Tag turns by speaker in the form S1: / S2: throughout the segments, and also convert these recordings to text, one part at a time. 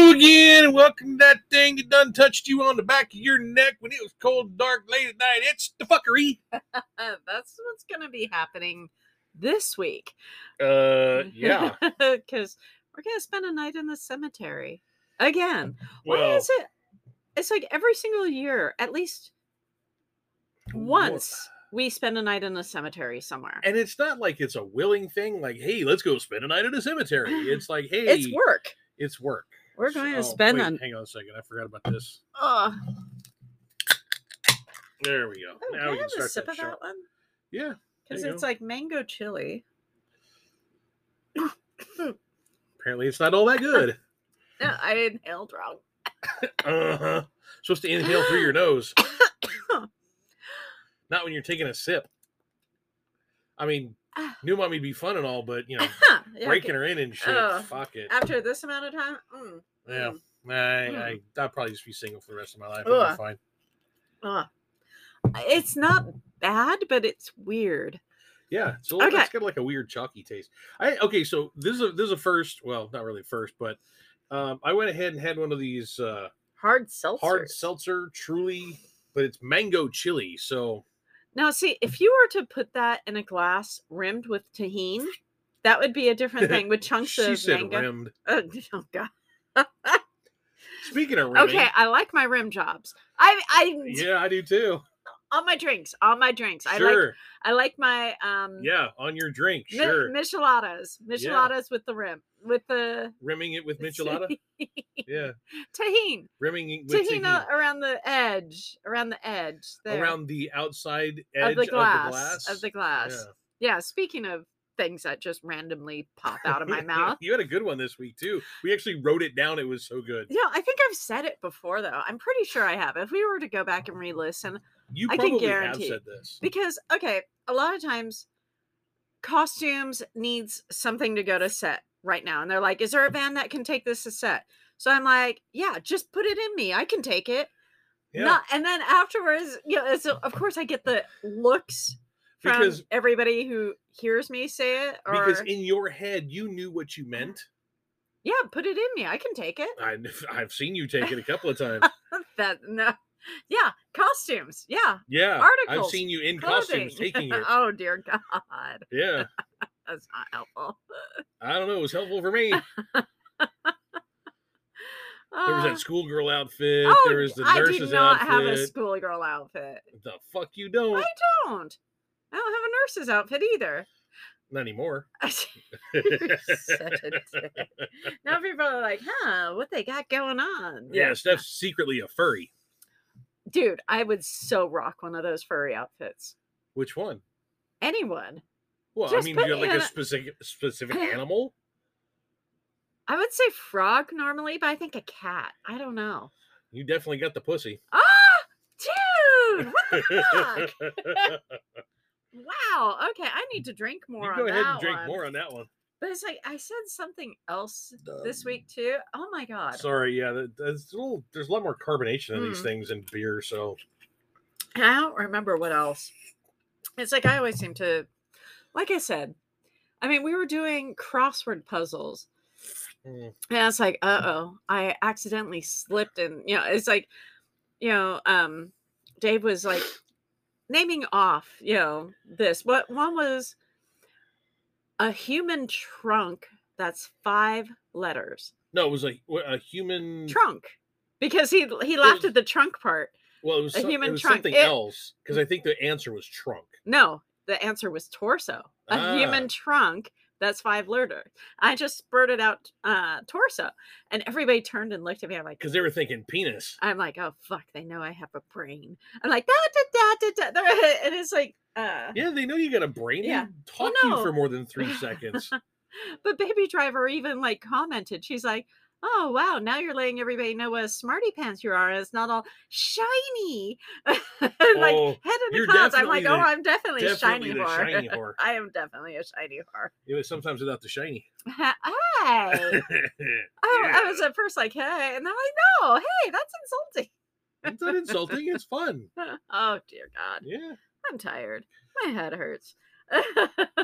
S1: in, welcome to that thing that done touched you on the back of your neck when it was cold and dark late at night. It's the fuckery.
S2: Oh, That's what's going to be happening this week.
S1: Uh, yeah.
S2: Because we're going to spend a night in the cemetery again. Why
S1: Well,
S2: is it? It's like every single year, at least once, we spend a night in a cemetery somewhere.
S1: and it's not like it's a willing thing. Like, hey, let's go spend a night at a cemetery. It's like, hey,
S2: It's work.
S1: It's work.
S2: We're going
S1: Oh,
S2: to spend
S1: wait,
S2: on.
S1: Hang on a second. I forgot about this.
S2: Oh,
S1: There we go.
S2: oh, can
S1: now
S2: I
S1: we can
S2: have a
S1: start
S2: sip
S1: that
S2: of
S1: show.
S2: that one?
S1: Yeah.
S2: Because
S1: you
S2: it's
S1: go.
S2: like mango chili.
S1: Apparently, it's not all that good.
S2: No, I inhaled wrong.
S1: Uh huh. Supposed to inhale through your nose. Not when you're taking a sip. I mean,
S2: Ah.
S1: new mommy'd be fun and all, but you know,
S2: Yeah,
S1: breaking
S2: okay.
S1: her in and shit.
S2: Oh.
S1: Fuck it.
S2: After this amount of time, mm,
S1: Yeah.
S2: mm,
S1: I, I, I'll probably just be single for the rest of my life. I'll
S2: Ugh.
S1: be fine.
S2: ah. it's not bad, but it's weird.
S1: Yeah, it's, a little,
S2: Okay.
S1: it's got like a weird chalky taste. I okay, so this is a, this is a first. Well, not really first, but um, I went ahead and had one of these uh,
S2: Hard seltzer.
S1: hard seltzer, truly, but it's mango chili. So
S2: Now, see, if you were to put that in a glass rimmed with tahine, that would be a different thing with chunks
S1: she
S2: of
S1: said
S2: mango.
S1: rimmed.
S2: Oh, oh, God.
S1: Speaking of rimming,
S2: Okay, I like my rim jobs. I, I
S1: yeah, I do too.
S2: on my drinks, on my drinks. I like,
S1: Sure,
S2: I like my um,
S1: yeah, on your drink,
S2: mi-
S1: sure.
S2: micheladas, micheladas with the rim, with the
S1: rimming it with michelada, yeah,
S2: tahine,
S1: rimming it with
S2: tahine
S1: tahini.
S2: around the edge, around the edge, there,
S1: around the outside edge
S2: of the glass,
S1: glass.
S2: of the glass.
S1: Yeah.
S2: Yeah, speaking of things that just randomly pop out of my mouth.
S1: you had a good one this week too. We actually wrote it down. It was so good.
S2: Yeah, I think I've said it before though. I'm pretty sure I have. If we were to go back and re-listen,
S1: You
S2: I can
S1: probably have
S2: guarantee.
S1: said this.
S2: because okay, a lot of times costumes needs something to go to set right now, and they're like, "Is there a band that can take this to set?" So I'm like, "Yeah, just put it in me. I can take it."
S1: Yeah,
S2: Not, and then afterwards, you know, so of course I get the looks from
S1: because
S2: everybody who hears me say it, or
S1: because in your head you knew what you meant.
S2: yeah, put it in me. I can take it.
S1: I, I've seen you take it a couple of times.
S2: that no, yeah, costumes. Yeah,
S1: Yeah, I've
S2: Articles,
S1: seen you in
S2: clothing.
S1: costumes taking it.
S2: oh dear God,
S1: Yeah,
S2: that's not helpful.
S1: I don't know. It was helpful for me. There was
S2: Uh,
S1: that schoolgirl outfit.
S2: oh,
S1: there was the
S2: I
S1: nurse's
S2: do not
S1: outfit. Oh,
S2: have a schoolgirl outfit.
S1: the fuck you don't?
S2: I don't. I don't have a nurse's outfit either.
S1: Not anymore.
S2: You're such a dick. Now people are like, huh, what they got going on?
S1: yeah, Steph's secretly a furry.
S2: Dude, I would so rock one of those furry outfits.
S1: Which one?
S2: Anyone.
S1: Well, I
S2: Just
S1: mean,
S2: put
S1: do you have
S2: me
S1: like
S2: in
S1: a
S2: a-
S1: specific specific animal?
S2: I would say frog normally, but I think a cat. I don't know.
S1: You definitely got the pussy.
S2: Ah, dude, what the fuck? Wow. Okay, I need to drink more.
S1: you
S2: on
S1: go ahead and
S2: that
S1: drink
S2: one.
S1: more on that one.
S2: But it's like I said something else
S1: Um,
S2: this week too. Oh my god.
S1: Sorry, yeah, that, that's a little. There's a lot more carbonation in these
S2: Mm.
S1: things than beer, so
S2: And I don't remember what else. It's like I always seem to, like I said, I mean, we were doing crossword puzzles.
S1: mm,
S2: And it's like, uh oh, I accidentally slipped. And, you know, it's like, you know, um, Dave was like naming off, you know, this. What one was a human trunk that's five letters.
S1: no, it was like wha- a human.
S2: Trunk. Because he he laughed
S1: was-
S2: at the trunk part.
S1: Well, it was,
S2: a
S1: some-
S2: human
S1: it was
S2: trunk.
S1: something
S2: It-
S1: else because I think the answer was trunk.
S2: No, the answer was torso. A
S1: Ah.
S2: human trunk. That's five letter. I just spurted out uh, torso, and everybody turned and looked at me. I'm like,
S1: Because they were thinking penis.
S2: I'm like, oh fuck, they know I have a brain. I'm like, da da da da, da. and it's like, uh,
S1: Yeah, they know you got a brain. They
S2: Yeah.
S1: talk to you for
S2: no.
S1: more than three seconds.
S2: but Baby Driver even like commented. She's like, oh wow, now you're letting everybody know what a smarty pants you are. and It's not all shiny. And, like
S1: Oh,
S2: head in
S1: you're
S2: the clouds. I'm
S1: definitely
S2: like, oh,
S1: the-
S2: I'm definitely, a
S1: Definitely
S2: shiny
S1: the
S2: whore.
S1: shiny whore.
S2: I am definitely a shiny whore.
S1: It was sometimes without the shiny.
S2: Hey. I, I was at first like, hey, and then I'm like, no, hey, that's insulting.
S1: it's not insulting. It's fun.
S2: oh dear God,
S1: Yeah.
S2: I'm tired. My head hurts.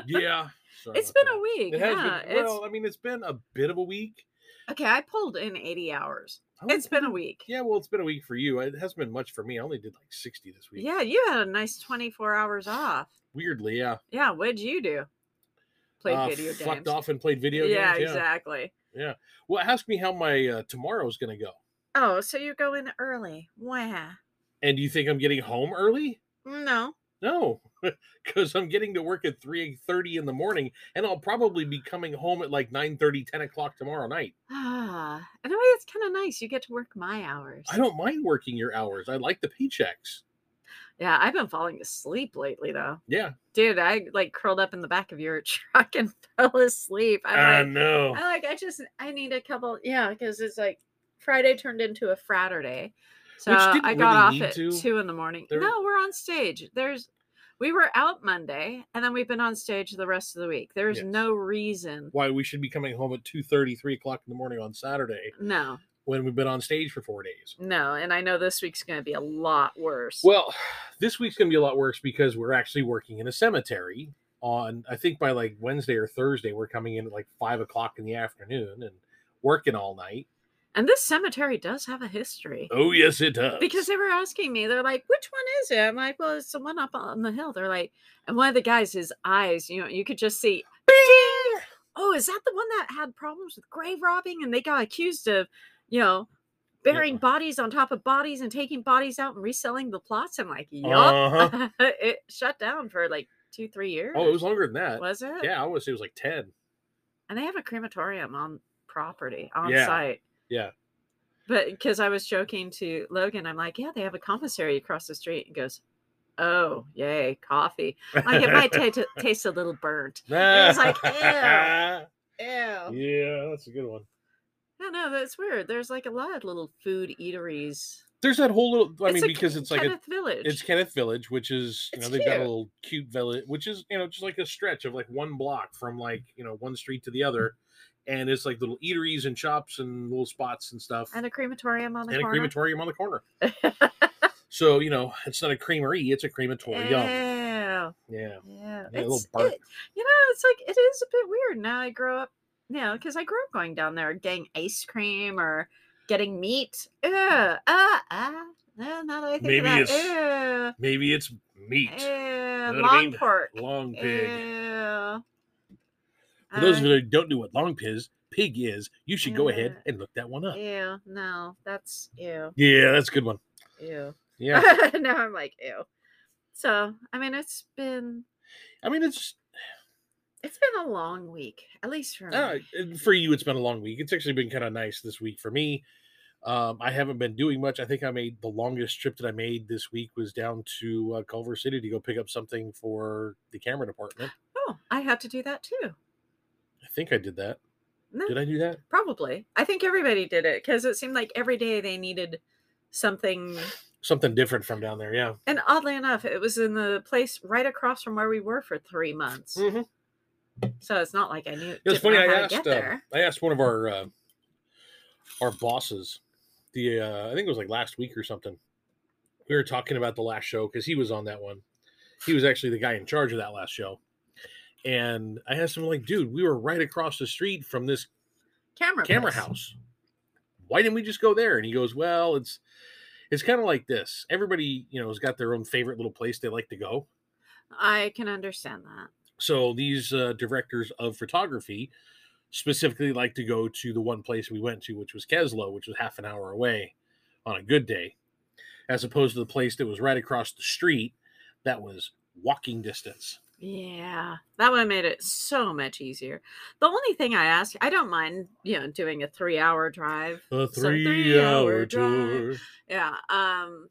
S1: Yeah. Sorry
S2: it's
S1: about
S2: been
S1: that.
S2: a week.
S1: It has
S2: yeah,
S1: been. Well,
S2: it's
S1: I mean, it's been a bit of a week.
S2: okay. I pulled in 80 hours.
S1: only
S2: It's been a
S1: did-
S2: week.
S1: Yeah, well, it's been a week for you. It hasn't been much for me. I only did like 60 this week.
S2: Yeah, you had a nice 24 hours off.
S1: Weirdly, yeah.
S2: Yeah, what'd you do? Played
S1: Uh,
S2: video
S1: Fucked
S2: games.
S1: off and played video
S2: yeah,
S1: games.
S2: exactly.
S1: Well, ask me how my uh, tomorrow's going to go.
S2: Oh, so you go in early. Wow.
S1: And do you think I'm getting home early?
S2: No.
S1: No, because I'm getting to work at 3 30 in the morning, and I'll probably be coming home at like 9 30, 10 o'clock tomorrow night.
S2: Ah, in a way, it's kind of nice. You get to work my hours.
S1: I don't mind working your hours. I like the paychecks.
S2: Yeah, I've been falling asleep lately, though.
S1: Yeah.
S2: Dude, I like curled up in the back of your truck and fell asleep. I'm
S1: I
S2: like,
S1: know.
S2: I like, I just, I need a couple. Yeah, because it's like Friday turned into a Fratterday. So I
S1: didn't really
S2: got off
S1: need
S2: at
S1: to.
S2: two in the morning.
S1: There-
S2: No, we're on stage. There's, we were out Monday and then we've been on stage the rest of the week. There's
S1: Yes.
S2: no reason.
S1: Why we should be coming home at 2 30, 3 o'clock in the morning on Saturday
S2: No,
S1: when we've been on stage for four days.
S2: no. And I know this week's going to be a lot worse.
S1: Well, this week's going to be a lot worse because we're actually working in a cemetery on, I think by like Wednesday or Thursday, we're coming in at like 5 o'clock in the afternoon and working all night.
S2: and this cemetery does have a history.
S1: Oh, yes, it does.
S2: because they were asking me, they're like, which one is it? I'm like, well, it's the one up on the hill. They're like, and one of the guys, his eyes, you know, you could just see, "Ding!" oh, is that the one that had problems with grave robbing? And they got accused of, you know,
S1: Yeah.
S2: burying bodies on top of bodies and taking bodies out and reselling the plots. I'm like, yup.
S1: Uh-huh.
S2: it shut down for like two, three years.
S1: Oh, it was longer than that.
S2: Was it?
S1: Yeah, I want to say it was like 10.
S2: And they have a crematorium on property, on
S1: Yeah.
S2: site.
S1: Yeah.
S2: But because I was joking to Logan, I'm like, yeah, they have a commissary across the street. And goes, oh, yay, coffee. Like it might ta- ta- taste a little burnt. was like, ew.
S1: yeah,
S2: Ew.
S1: that's a good one.
S2: I don't know. That's weird. There's like a lot of little food eateries.
S1: There's that whole little, I
S2: It's
S1: mean,
S2: a
S1: because it's like a,
S2: Kenneth Village.
S1: it's Kenneth Village, which is you know
S2: It's
S1: they've got a
S2: cute.
S1: little cute village, which is you know just like a stretch of like one block from like you know one street to the other, and it's like little eateries and shops and little spots and stuff,
S2: and a crematorium on the
S1: and a
S2: corner.
S1: crematorium on the corner. So you know it's not a creamery, it's a
S2: Eh.
S1: crematorium.
S2: Ew.
S1: Yeah,
S2: Yeah.
S1: a little
S2: It's,
S1: burnt.
S2: it, you know, it's like, it is a bit weird. Now I grow up, you know, because I grew up going down there getting ice cream or getting meat. Ew. Uh, uh. No, now that I think
S1: Maybe
S2: of that.
S1: it's
S2: ew.
S1: maybe it's meat,
S2: Ew,
S1: what I
S2: long
S1: mean?
S2: pork.
S1: long pig.
S2: Ew.
S1: For those of you
S2: Eh. Uh,
S1: that don't know what long piz pig is, you should go ahead
S2: uh,
S1: and look that one up.
S2: ew, no, that's ew,
S1: Yeah, that's a good one.
S2: ew.
S1: Yeah,
S2: now I'm like ew. So I mean, it's been
S1: I mean it's
S2: it's been a long week, at least for me.
S1: Uh, and for you, it's been a long week. It's actually been kind of nice this week for me. Um, I haven't been doing much. I think I made the longest trip that I made this week was down to uh, Culver City to go pick up something for the camera department.
S2: oh, I had to do that too.
S1: I think I did that.
S2: No,
S1: Did I do that?
S2: probably. I think everybody did it because it seemed like every day they needed something.
S1: Something different from down there. Yeah.
S2: And oddly enough, it was in the place right across from where we were for three months.
S1: Mhm.
S2: So it's not like I knew.
S1: It was
S2: didn't
S1: funny.
S2: know
S1: I
S2: how to get
S1: asked. Uh,
S2: there.
S1: I asked one of our uh, our bosses. The uh, I think it was like last week or something. We were talking about the last show because he was on that one. He was actually the guy in charge of that last show. And I asked him, like, dude, we were right across the street from this
S2: camera
S1: camera
S2: place.
S1: house. Why didn't we just go there? And he goes, well, it's it's kind of like this. Everybody, you know, has got their own favorite little place they like to go.
S2: I can understand that.
S1: So these uh, directors of photography specifically like to go to the one place we went to, which was Keslo, which was half an hour away on a good day, as opposed to the place that was right across the street that was walking distance.
S2: Yeah, that one made it so much easier. The only thing I ask, I don't mind, you know, doing a three-hour drive.
S1: A
S2: So three
S1: three-hour
S2: hour drive. Yeah. Um,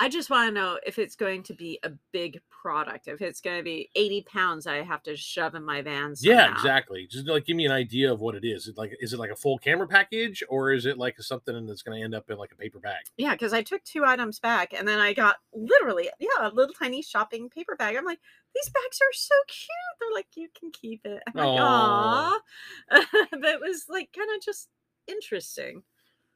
S2: I just want to know if it's going to be a big product. If it's going to be eighty pounds, I have to shove in my van.
S1: Yeah,
S2: somehow.
S1: exactly. Just like give me an idea of what it is. It like is it like a full camera package or is it like something that's going to end up in like a paper bag?
S2: Yeah, because I took two items back, and then I got literally, yeah, a little tiny shopping paper bag. I'm like, these bags are so cute. They're like, you can keep it. I'm like,
S1: Aw.
S2: aw. but it was like kind of just interesting.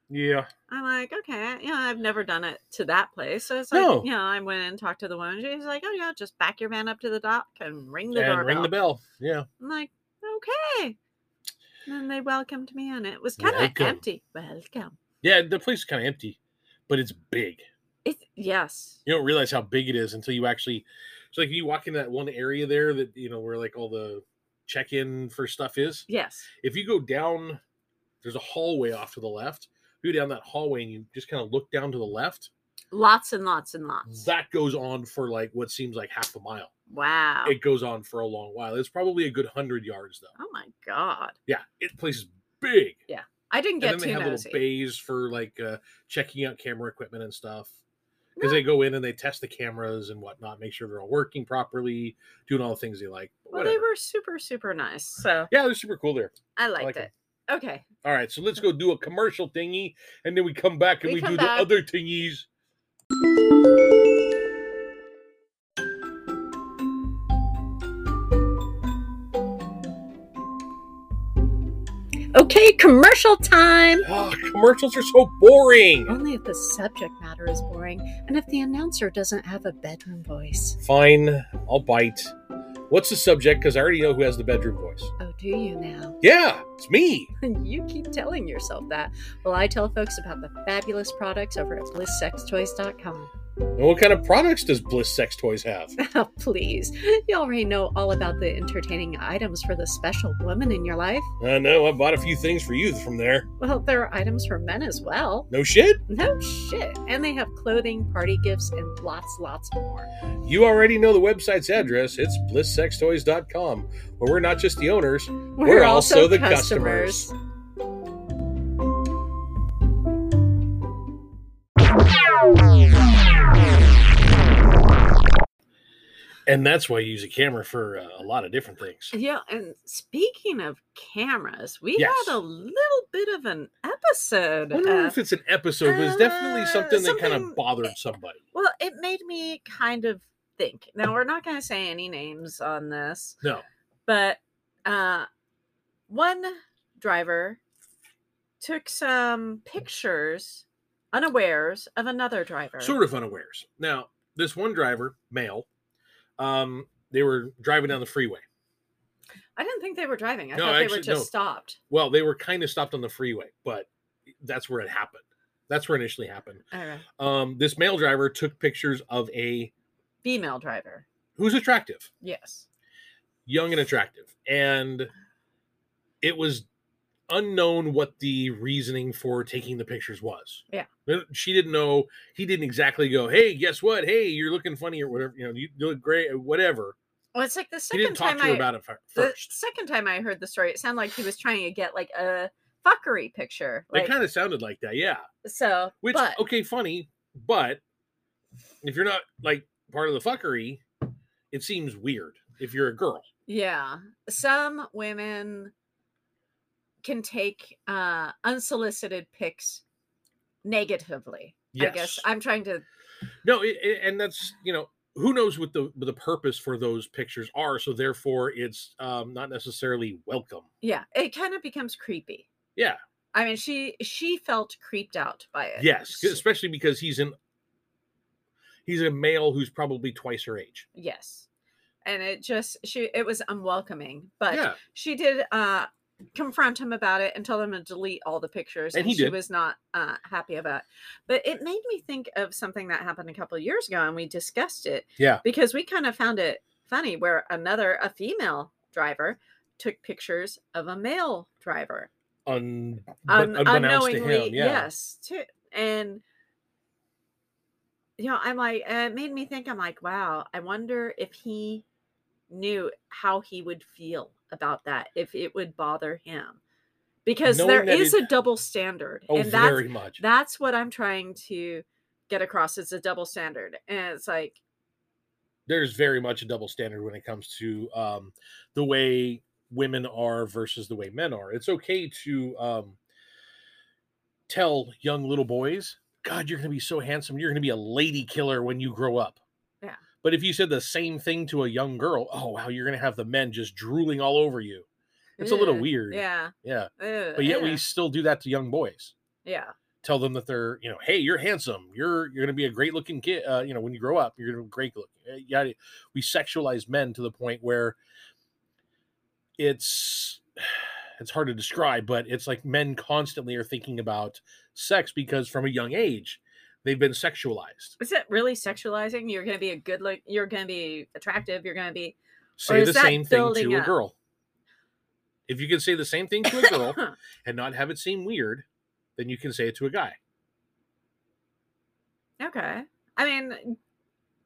S1: Yeah.
S2: I'm like, okay, yeah, I've never done it to that place. So it's like,
S1: No.
S2: you know, I went and talked to the woman. She's like, oh, yeah, just back your van up to the dock and ring the
S1: And
S2: doorbell.
S1: ring the bell. Yeah.
S2: I'm like, okay. And then they welcomed me, and it was kind of
S1: Welcome.
S2: empty. Welcome.
S1: Yeah, the place is kind of empty, but it's big.
S2: It yes.
S1: You don't realize how big it is until you actually. So like you walk into that one area there that you know where like all the check-in for stuff is.
S2: Yes.
S1: If you go down, there's a hallway off to the left. You go down that hallway and you just kind of look down to the left.
S2: Lots and lots and lots.
S1: That goes on for like what seems like half a mile.
S2: wow.
S1: It goes on for a long while. It's probably a good hundred yards though.
S2: oh my god.
S1: Yeah, it place is big.
S2: I didn't
S1: and
S2: get
S1: then they
S2: too
S1: have
S2: nosy.
S1: little bays for like uh, checking out camera equipment and stuff because
S2: No.
S1: they go in and they test the cameras and whatnot, make sure they're all working properly, doing all the things they like. but
S2: well,
S1: whatever.
S2: they were super super nice. So
S1: yeah, they're super cool there.
S2: I liked
S1: like 'em.
S2: it. Okay.
S1: All right, so let's go do a commercial thingy, and then we come back and we,
S2: We come
S1: do
S2: back.
S1: the other thingies.
S2: Okay, commercial time.
S1: Ah, commercials are so boring.
S2: Only if the subject matter is boring and if the announcer doesn't have a bedroom voice.
S1: Fine, I'll bite. What's the subject? Because I already know who has the bedroom voice.
S2: Oh, do you now?
S1: Yeah, it's me.
S2: you keep telling yourself that while I tell folks about the fabulous products over at blisssextoys.com.
S1: And what kind of products does Bliss Sex Toys have?
S2: Oh, please. You already know all about the entertaining items for the special woman in your life.
S1: I know I bought a few things for you from there.
S2: Well, there are items for men as well.
S1: No shit.
S2: No shit. And they have clothing, party gifts, and lots, lots more.
S1: You already know the website's address. It's blisssextoys.com, where we're not just the owners.
S2: We're,
S1: also the customers. And that's why you use a camera for uh, a lot of different things.
S2: Yeah, and speaking of cameras, we
S1: Yes.
S2: had a little bit of an episode.
S1: I don't know
S2: uh,
S1: if it's an episode, but it's definitely something that kind
S2: something-
S1: of bothered somebody.
S2: well, it made me kind of think. Now, we're not going to say any names on this,
S1: No.
S2: but uh, one driver took some pictures unawares of another driver.
S1: Sort of unawares. Now, this one driver, male, um, they were driving down the freeway.
S2: I didn't think they were driving. I
S1: No,
S2: thought they
S1: actually,
S2: were
S1: no.
S2: just stopped.
S1: Well, they were kind of stopped on the freeway, but that's where it happened. That's where it initially happened.
S2: Uh,
S1: Um, this male driver took pictures of a
S2: female driver.
S1: who's attractive.
S2: Yes.
S1: young and attractive and it was unknown what the reasoning for taking the pictures was
S2: Yeah.
S1: Uh, she didn't know he didn't exactly go hey guess what hey you're looking funny or whatever you know you look great or whatever
S2: Well, it's like the
S1: he
S2: second
S1: didn't talk
S2: time
S1: to her
S2: I
S1: about it fir-
S2: the
S1: first
S2: second time I heard the story, it sounded like he was trying to get like a fuckery picture. Like
S1: it kind of sounded like that yeah
S2: so,
S1: which
S2: but
S1: okay funny but if you're not like part of the fuckery it seems weird if you're a girl
S2: yeah, some women can take uh unsolicited pics negatively. I guess
S1: Yes.
S2: I'm trying to.
S1: No, it, it- and that's you know who knows what the what the purpose for those pictures are. So therefore, it's um, not necessarily welcome.
S2: Yeah, it kind of becomes creepy.
S1: Yeah.
S2: I mean, she she felt creeped out by it.
S1: Yes, 'cause-
S2: S-
S1: especially because he's in he's a male who's probably twice her age.
S2: Yes, and it just she it was unwelcoming, but
S1: yeah,
S2: she did uh confront him about it and tell him to delete all the pictures
S1: And he
S2: she
S1: did.
S2: was not uh happy about it. but it made me think of something that happened a couple of years ago and we discussed it
S1: Yeah.
S2: because we kind of found it funny where another a female driver took pictures of a male driver
S1: un,
S2: un-
S1: un- unbeknownst to
S2: unknowingly
S1: him. Yeah,
S2: yes too and you know i'm like and it made me think i'm like wow i wonder if he knew how he would feel about that if it would bother him because
S1: Knowing
S2: there
S1: that
S2: is
S1: it-
S2: a double standard
S1: oh,
S2: and that's
S1: very much.
S2: that's what i'm trying to get across it's a double standard and it's like
S1: There's very much a double standard when it comes to um, the way women are versus the way men are. It's okay to um, tell young little boys, God, you're going to be so handsome. You're going to be a lady killer when you grow up.
S2: Yeah.
S1: But if you said the same thing to a young girl, oh, wow, you're going to have the men just drooling all over you. It's a little
S2: "Ugh,
S1: weird.
S2: yeah
S1: Yeah.
S2: ugh,
S1: But yet we
S2: ugh."
S1: still do that to young boys.
S2: yeah
S1: Tell them that they're, you know, hey, you're handsome. You're you're going to be a great looking kid. Uh, you know, when you grow up, you're going to be great looking. Uh, Yada. We sexualize men to the point where it's it's hard to describe, but it's like men constantly are thinking about sex because from a young age they've been sexualized.
S2: Is it really sexualizing? You're going to be a good look. You're going to be attractive. You're going to be.
S1: Say
S2: is
S1: the
S2: that
S1: same thing
S2: building
S1: to a
S2: up?
S1: girl. If you can say the same thing to a girl and not have it seem weird, then you can say it to a guy.
S2: okay. I mean,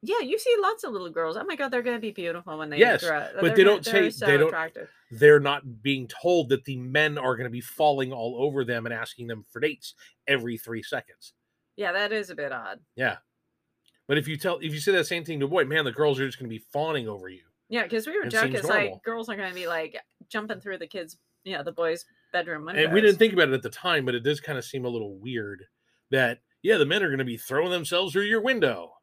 S2: yeah, you see lots of little girls. Oh my god, they're going to be beautiful when they
S1: Yes,
S2: grow up.
S1: but
S2: They're
S1: they
S2: gonna-
S1: don't
S2: they're
S1: say- they don't-
S2: attractive.
S1: They're not being told that the men are going to be falling all over them and asking them for dates every three seconds.
S2: Yeah, that is a bit odd.
S1: But if you tell, if you say that same thing to a boy, man, the girls are just going to be fawning over you.
S2: Yeah, because we were
S1: It
S2: joking.
S1: seems
S2: It's
S1: normal.
S2: like girls are going to be like jumping through the kids, you know, the boys' bedroom windows.
S1: And we didn't think about it at the time, but it does kind of seem a little weird that yeah, the men are going to be throwing themselves through your window.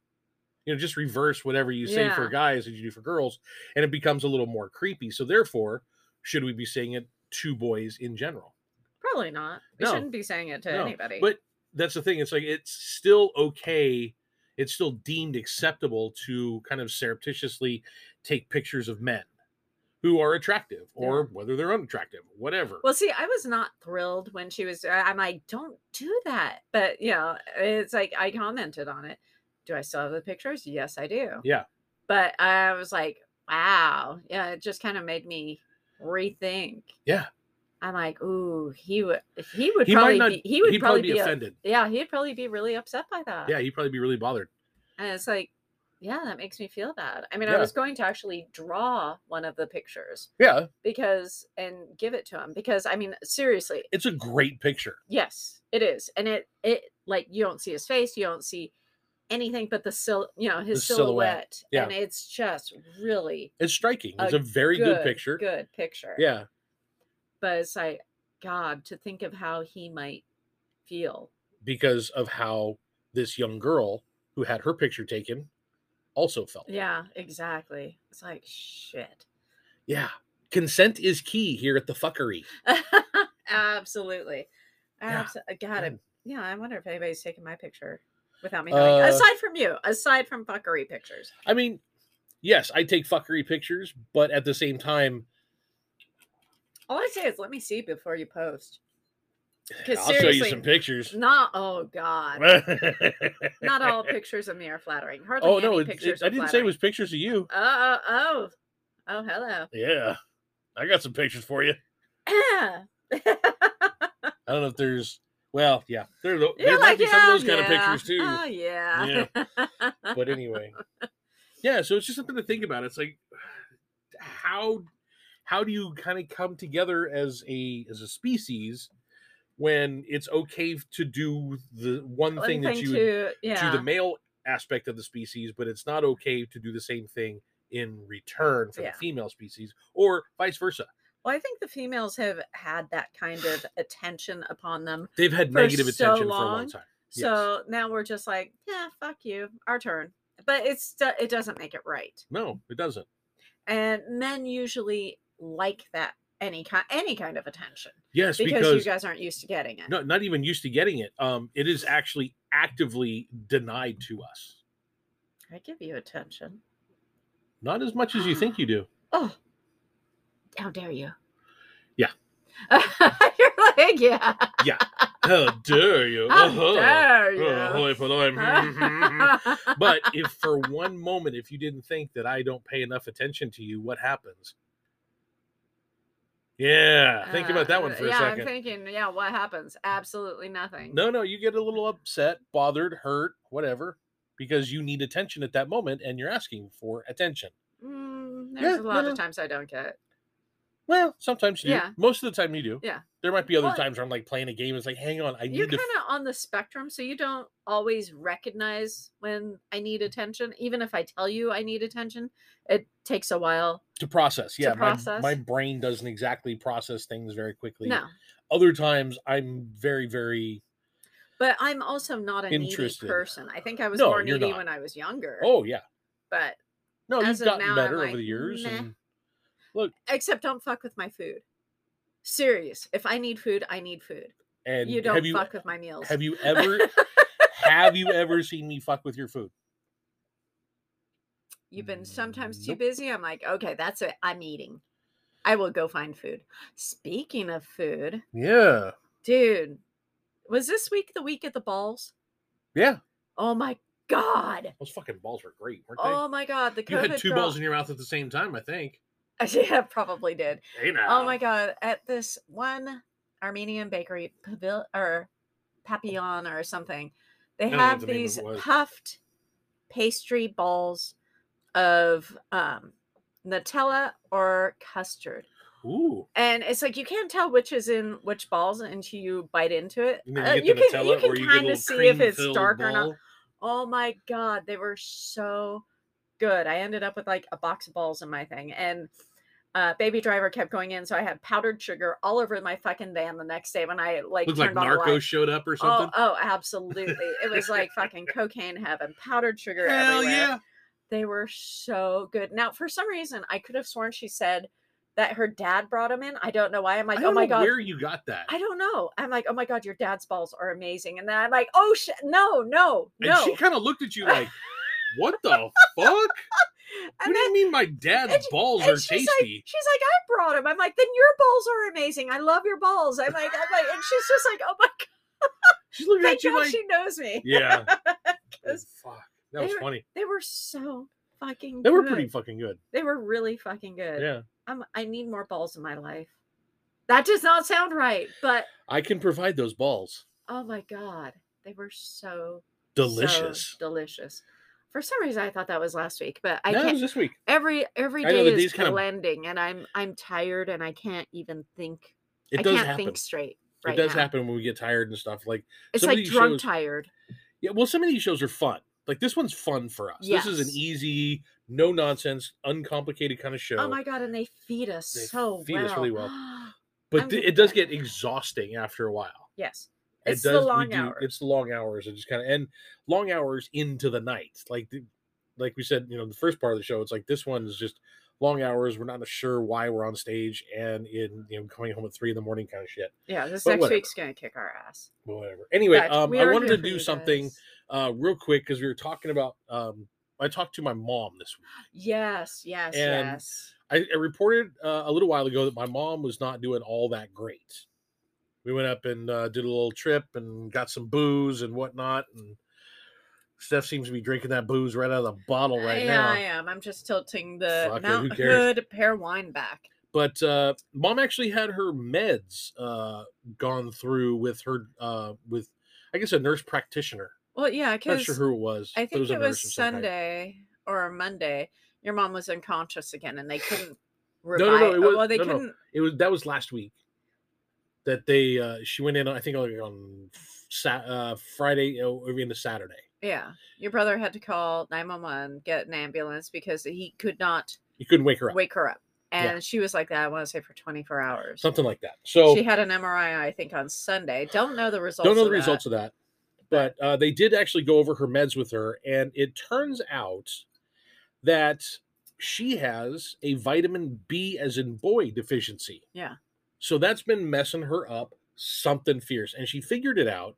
S1: You know, just reverse whatever you say for
S2: Yeah.
S1: guys as you do for girls, and it becomes a little more creepy. So therefore, should we be saying it to boys in general?
S2: Probably not. We
S1: No.
S2: shouldn't be saying it to
S1: No,
S2: anybody.
S1: But that's the thing. It's like it's still okay. It's still deemed acceptable to kind of surreptitiously take pictures of men who are attractive or whether they're unattractive, whatever.
S2: Well, see, I was not thrilled when she was. I- I'm like, don't do that. But you know, it's like I commented on it. Do I still have the pictures? Yes, I do.
S1: Yeah.
S2: But I was like, wow. Yeah, it just kind of made me rethink.
S1: Yeah.
S2: I'm like, ooh, he would. He would
S1: He might
S2: probably.
S1: not-
S2: be, he would
S1: he'd
S2: probably, be. a-
S1: offended.
S2: yeah, he'd probably be really upset by that.
S1: yeah, he'd probably be really bothered.
S2: And it's like, yeah, that makes me feel bad. I mean,
S1: Yeah.
S2: I was going to actually draw one of the pictures
S1: Yeah,
S2: because and give it to him because I mean, seriously,
S1: it's a great picture.
S2: Yes, it is, and it it like you don't see his face, you don't see anything but the sil you know his
S1: The silhouette,
S2: silhouette,
S1: yeah.
S2: and it's just really
S1: It's striking. It's
S2: A
S1: a very good, picture.
S2: good picture.
S1: Yeah,
S2: but it's like God to think of how he might feel.
S1: because of how this young girl who had her picture taken also felt.
S2: Yeah, exactly. It's like shit.
S1: Yeah. Consent is key here at the fuckery.
S2: Absolutely,
S1: Yeah,
S2: absolutely. God, I,
S1: man.
S2: yeah. I wonder if anybody's taking my picture without me. Knowing.
S1: Uh,
S2: aside from you, aside from fuckery pictures.
S1: I mean, yes, I take fuckery pictures, but at the same time,
S2: All I say is, let me see before you post. 'Cause
S1: I'll show you
S2: seriously,
S1: some pictures.
S2: Not oh god. Not all pictures of me are flattering. Hardly
S1: oh
S2: any
S1: no, it, it-
S2: pictures.
S1: I didn't say it was pictures of you.
S2: Oh oh oh oh hello.
S1: Yeah, I got some pictures for you. I don't know if there's. Well, yeah, there, there
S2: You're
S1: might
S2: like
S1: be some of those
S2: yeah,
S1: kind of pictures too.
S2: Oh yeah.
S1: but anyway yeah so it's just something to think about it's like how how do you kind of come together as a as a species when it's okay to do the one
S2: One
S1: thing that you would
S2: to, yeah.
S1: to the male aspect of the species but it's not okay to do the same thing in return for
S2: Yeah.
S1: the female species or vice versa
S2: well, I think the females have had that kind of attention upon them.
S1: they've had
S2: For
S1: negative
S2: so
S1: attention for a long
S2: long,
S1: time Yes.
S2: So now we're just like, yeah, fuck you. Our turn. But it's it doesn't make it right.
S1: no it doesn't
S2: And men usually like that any kind any kind of attention
S1: yes
S2: because,
S1: because
S2: you guys aren't used to getting it.
S1: no, not even used to getting it. Um, it is actually actively denied to us.
S2: I give you attention.
S1: Not as much as you think you do.
S2: Oh, how dare you?
S1: Yeah.
S2: You're like, yeah.
S1: How dare you?
S2: How
S1: Uh-huh.
S2: dare you?
S1: Oh, hoi polloi. Mhm. but if for one moment, if you didn't think that I don't pay enough attention to you, what happens? Yeah, think about that one
S2: Uh,
S1: for a
S2: yeah,
S1: second.
S2: I'm thinking, yeah, what happens? Absolutely nothing.
S1: no, no, you get a little upset, bothered, hurt, whatever, because you need attention at that moment and you're asking for attention.
S2: Mm, there's
S1: Yeah,
S2: a lot
S1: no, no.
S2: of times I don't get it.
S1: Well, sometimes you
S2: Yeah.
S1: do. Most of the time you do.
S2: Yeah.
S1: There might be other
S2: Well-
S1: times where I'm like playing a game. It's like, hang on, I
S2: You're
S1: need to.
S2: kind
S1: f-
S2: of on the spectrum, so you don't always recognize when I need attention. Even if I tell you I need attention, it takes a while.
S1: to process. Yeah,
S2: process.
S1: My, my brain doesn't exactly process things very quickly.
S2: No,
S1: Other times, I'm very, very.
S2: but I'm also not a needy
S1: Interested.
S2: person. I think I was
S1: No,
S2: more
S1: you're
S2: needy
S1: not.
S2: when I was younger.
S1: Oh yeah,
S2: but
S1: no,
S2: As
S1: you've
S2: of
S1: gotten
S2: now, I'm
S1: better
S2: like,
S1: over the years.
S2: "Meh."
S1: And
S2: except don't fuck with my food. Serious. If I need food, I need food.
S1: and
S2: you don't
S1: have you
S2: fuck with my meals.
S1: have you ever have you ever seen me fuck with your food?
S2: You've been sometimes too
S1: Nope.
S2: busy. I'm like, okay, that's it. I'm eating. I will go find food. Speaking of food,
S1: Yeah.
S2: dude, was this week the week at the balls?
S1: Yeah.
S2: Oh my god!
S1: Those fucking balls were great, weren't they?
S2: Oh my god! The COVID
S1: you had two
S2: girl-
S1: balls in your mouth at the same time, I think.
S2: yeah, probably did.
S1: Hey now.
S2: Oh my god! At this one Armenian bakery, Pavil- or Papillon or something, they
S1: I don't know
S2: have
S1: what the name of
S2: these
S1: it was.
S2: puffed pastry balls of um, Nutella or custard.
S1: Ooh.
S2: and it's like you can't tell which is in which balls until you bite into it.
S1: And then
S2: Uh,
S1: you get the
S2: can
S1: Nutella
S2: you
S1: or
S2: can
S1: you get a
S2: kind
S1: little
S2: of see if it's
S1: cream-filled
S2: dark or not.
S1: ball.
S2: Oh my god, they were so good. I ended up with like a box of balls in my thing, and uh, Baby Driver kept going in, so I had powdered sugar all over my fucking van the next day when I like
S1: Looked like
S2: turned on the light.
S1: Narcos showed up or something.
S2: Oh, oh, absolutely! It was like fucking cocaine heaven, powdered sugar
S1: Hell
S2: everywhere
S1: yeah.
S2: they were so good. Now, for some reason, I could have sworn she said that her dad brought them in. I don't know why. I'm like,
S1: I
S2: oh
S1: don't
S2: my
S1: know
S2: god.
S1: where you got that.
S2: I don't know. I'm like, oh my god, your dad's balls are amazing. And then I'm like, oh sh- no, no,
S1: and
S2: no.
S1: she kind of looked at you like, what the fuck? What do
S2: and then
S1: you mean my dad's
S2: she-
S1: balls
S2: and
S1: are
S2: she's like,
S1: tasty?
S2: she's like, I brought them. I'm like, then your balls are amazing. I love your balls. I'm like, I'm like, and she's just like, oh my god,
S1: She's looking
S2: thank
S1: at you
S2: god
S1: like,
S2: she knows me.
S1: yeah. Oh,
S2: 'Cause
S1: fuck. That was
S2: were
S1: funny.
S2: They were so fucking.
S1: They were
S2: good.
S1: pretty fucking good.
S2: They were really fucking good.
S1: Yeah.
S2: I'm, I need more balls in my life. That does not sound right, but
S1: I can provide those balls.
S2: oh my god, they were so so
S1: Delicious.
S2: delicious. For some reason, I thought that was last week, but I
S1: no, it was
S2: can't.
S1: this week.
S2: Every every
S1: I know
S2: day
S1: that
S2: is
S1: these kind of-
S2: blending, and I'm I'm tired, and I can't even think.
S1: It
S2: I
S1: does
S2: can't
S1: happen.
S2: think straight.
S1: it
S2: Right
S1: does
S2: now.
S1: happen when we get tired and stuff. Like
S2: It's
S1: Some of
S2: like
S1: these
S2: drug
S1: shows-
S2: tired.
S1: Yeah, well, some of these shows are fun. Like this one's fun for us. This is an
S2: Yes.
S1: easy, no nonsense, uncomplicated kind of show.
S2: Oh my god, and they feed us
S1: They
S2: so
S1: feed
S2: well.
S1: us really
S2: I'm
S1: but th-
S2: good
S1: it does
S2: at
S1: get
S2: that.
S1: exhausting after a while.
S2: yes,
S1: It
S2: it's
S1: does.
S2: the
S1: we
S2: long
S1: do-
S2: hours.
S1: It's the long hours. It just kind of and long hours into the night. Like the, like we said, you know, the first part of the show. It's like this one is just long hours. We're not sure why we're on stage and in you know coming home at three in the morning kind of shit.
S2: yeah, this
S1: but
S2: next
S1: whatever.
S2: week's gonna kick our ass.
S1: But whatever. Anyway,
S2: But
S1: um,
S2: we
S1: I
S2: are
S1: wanted
S2: here
S1: to
S2: for you
S1: do something
S2: guys.
S1: uh, real quick because we were talking about. Um, I talked to my mom this week.
S2: Yes, yes,
S1: And
S2: yes.
S1: I, I reported uh, a little while ago that my mom was not doing all that great. We went up and uh, did a little trip and got some booze and whatnot. And Steph seems to be drinking that booze right out of the bottle right
S2: yeah,
S1: now.
S2: I am. I'm just tilting the
S1: Fuck it, who
S2: Mount
S1: cares?
S2: Hood pear wine back.
S1: But uh, mom actually had her meds uh, gone through with her uh, with I guess a nurse practitioner.
S2: Well, yeah,
S1: Not
S2: because
S1: sure who it was.
S2: I
S1: but
S2: think
S1: a
S2: it was
S1: nurse of some kind.
S2: Sunday or Monday. Your mom was unconscious again, and they couldn't.
S1: no, no,
S2: revive- uh,
S1: it was-
S2: well, they
S1: no, no.
S2: couldn't.
S1: It was that was last week that they uh, she went in. I think like on Sa- uh, Friday uh, or into Saturday.
S2: Yeah, your brother had to call 911, get an ambulance because he could not
S1: you couldn't wake her up
S2: wake her up,
S1: Yeah.
S2: and she was like that. I want to say for 24 hours.
S1: something like that so
S2: she had an MRI, I think, on Sunday. Don't know the results.
S1: don't know
S2: of
S1: the
S2: that.
S1: results of that but uh, they did actually go over her meds with her and it turns out that she has a vitamin b as in boy deficiency
S2: Yeah.
S1: so that's been messing her up something fierce and she figured it out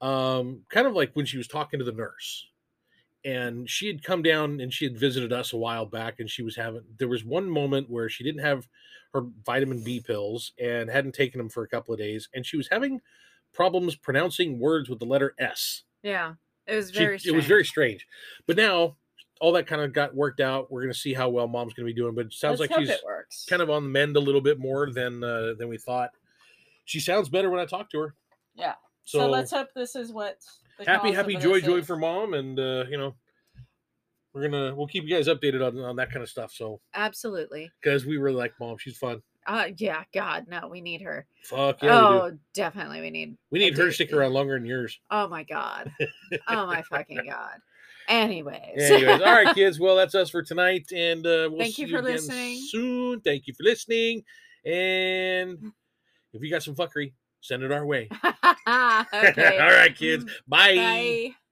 S1: um, kind of like when she was talking to the nurse and she had come down and she had visited us a while back and she was having there was one moment where she didn't have her vitamin b pills and hadn't taken them for a couple of days and she was having problems pronouncing words with the letter s
S2: Yeah, it was
S1: She- it
S2: very.
S1: was
S2: strange.
S1: very strange but now all that kind of got worked out we're going to see how well mom's going to be doing but it sounds
S2: Let's
S1: like
S2: hope
S1: she's
S2: it works.
S1: kind of on the mend a little bit more than uh, than we thought she sounds better when i talk to her
S2: Yeah.
S1: so,
S2: let's hope this is what the
S1: happy
S2: cause
S1: happy
S2: of
S1: joy
S2: this
S1: joy
S2: is.
S1: for mom and uh you know we're gonna we'll keep you guys updated on, on that kind of stuff so
S2: absolutely.
S1: because we really like mom she's fun
S2: Uh, yeah, God, no, we need her.
S1: fuck yeah we, do.
S2: oh, definitely, we need.
S1: we
S2: I
S1: need her
S2: do-
S1: to stick around longer than yours
S2: Oh my God. Oh my fucking God. Anyways.
S1: anyways all right kids well that's us for tonight and uh we'll
S2: Thank
S1: see
S2: you for
S1: again
S2: listening.
S1: soon thank you for listening
S2: Mm.
S1: and if you got some fuckery send it our way
S2: okay. Mm.
S1: all right kids bye.
S2: Bye.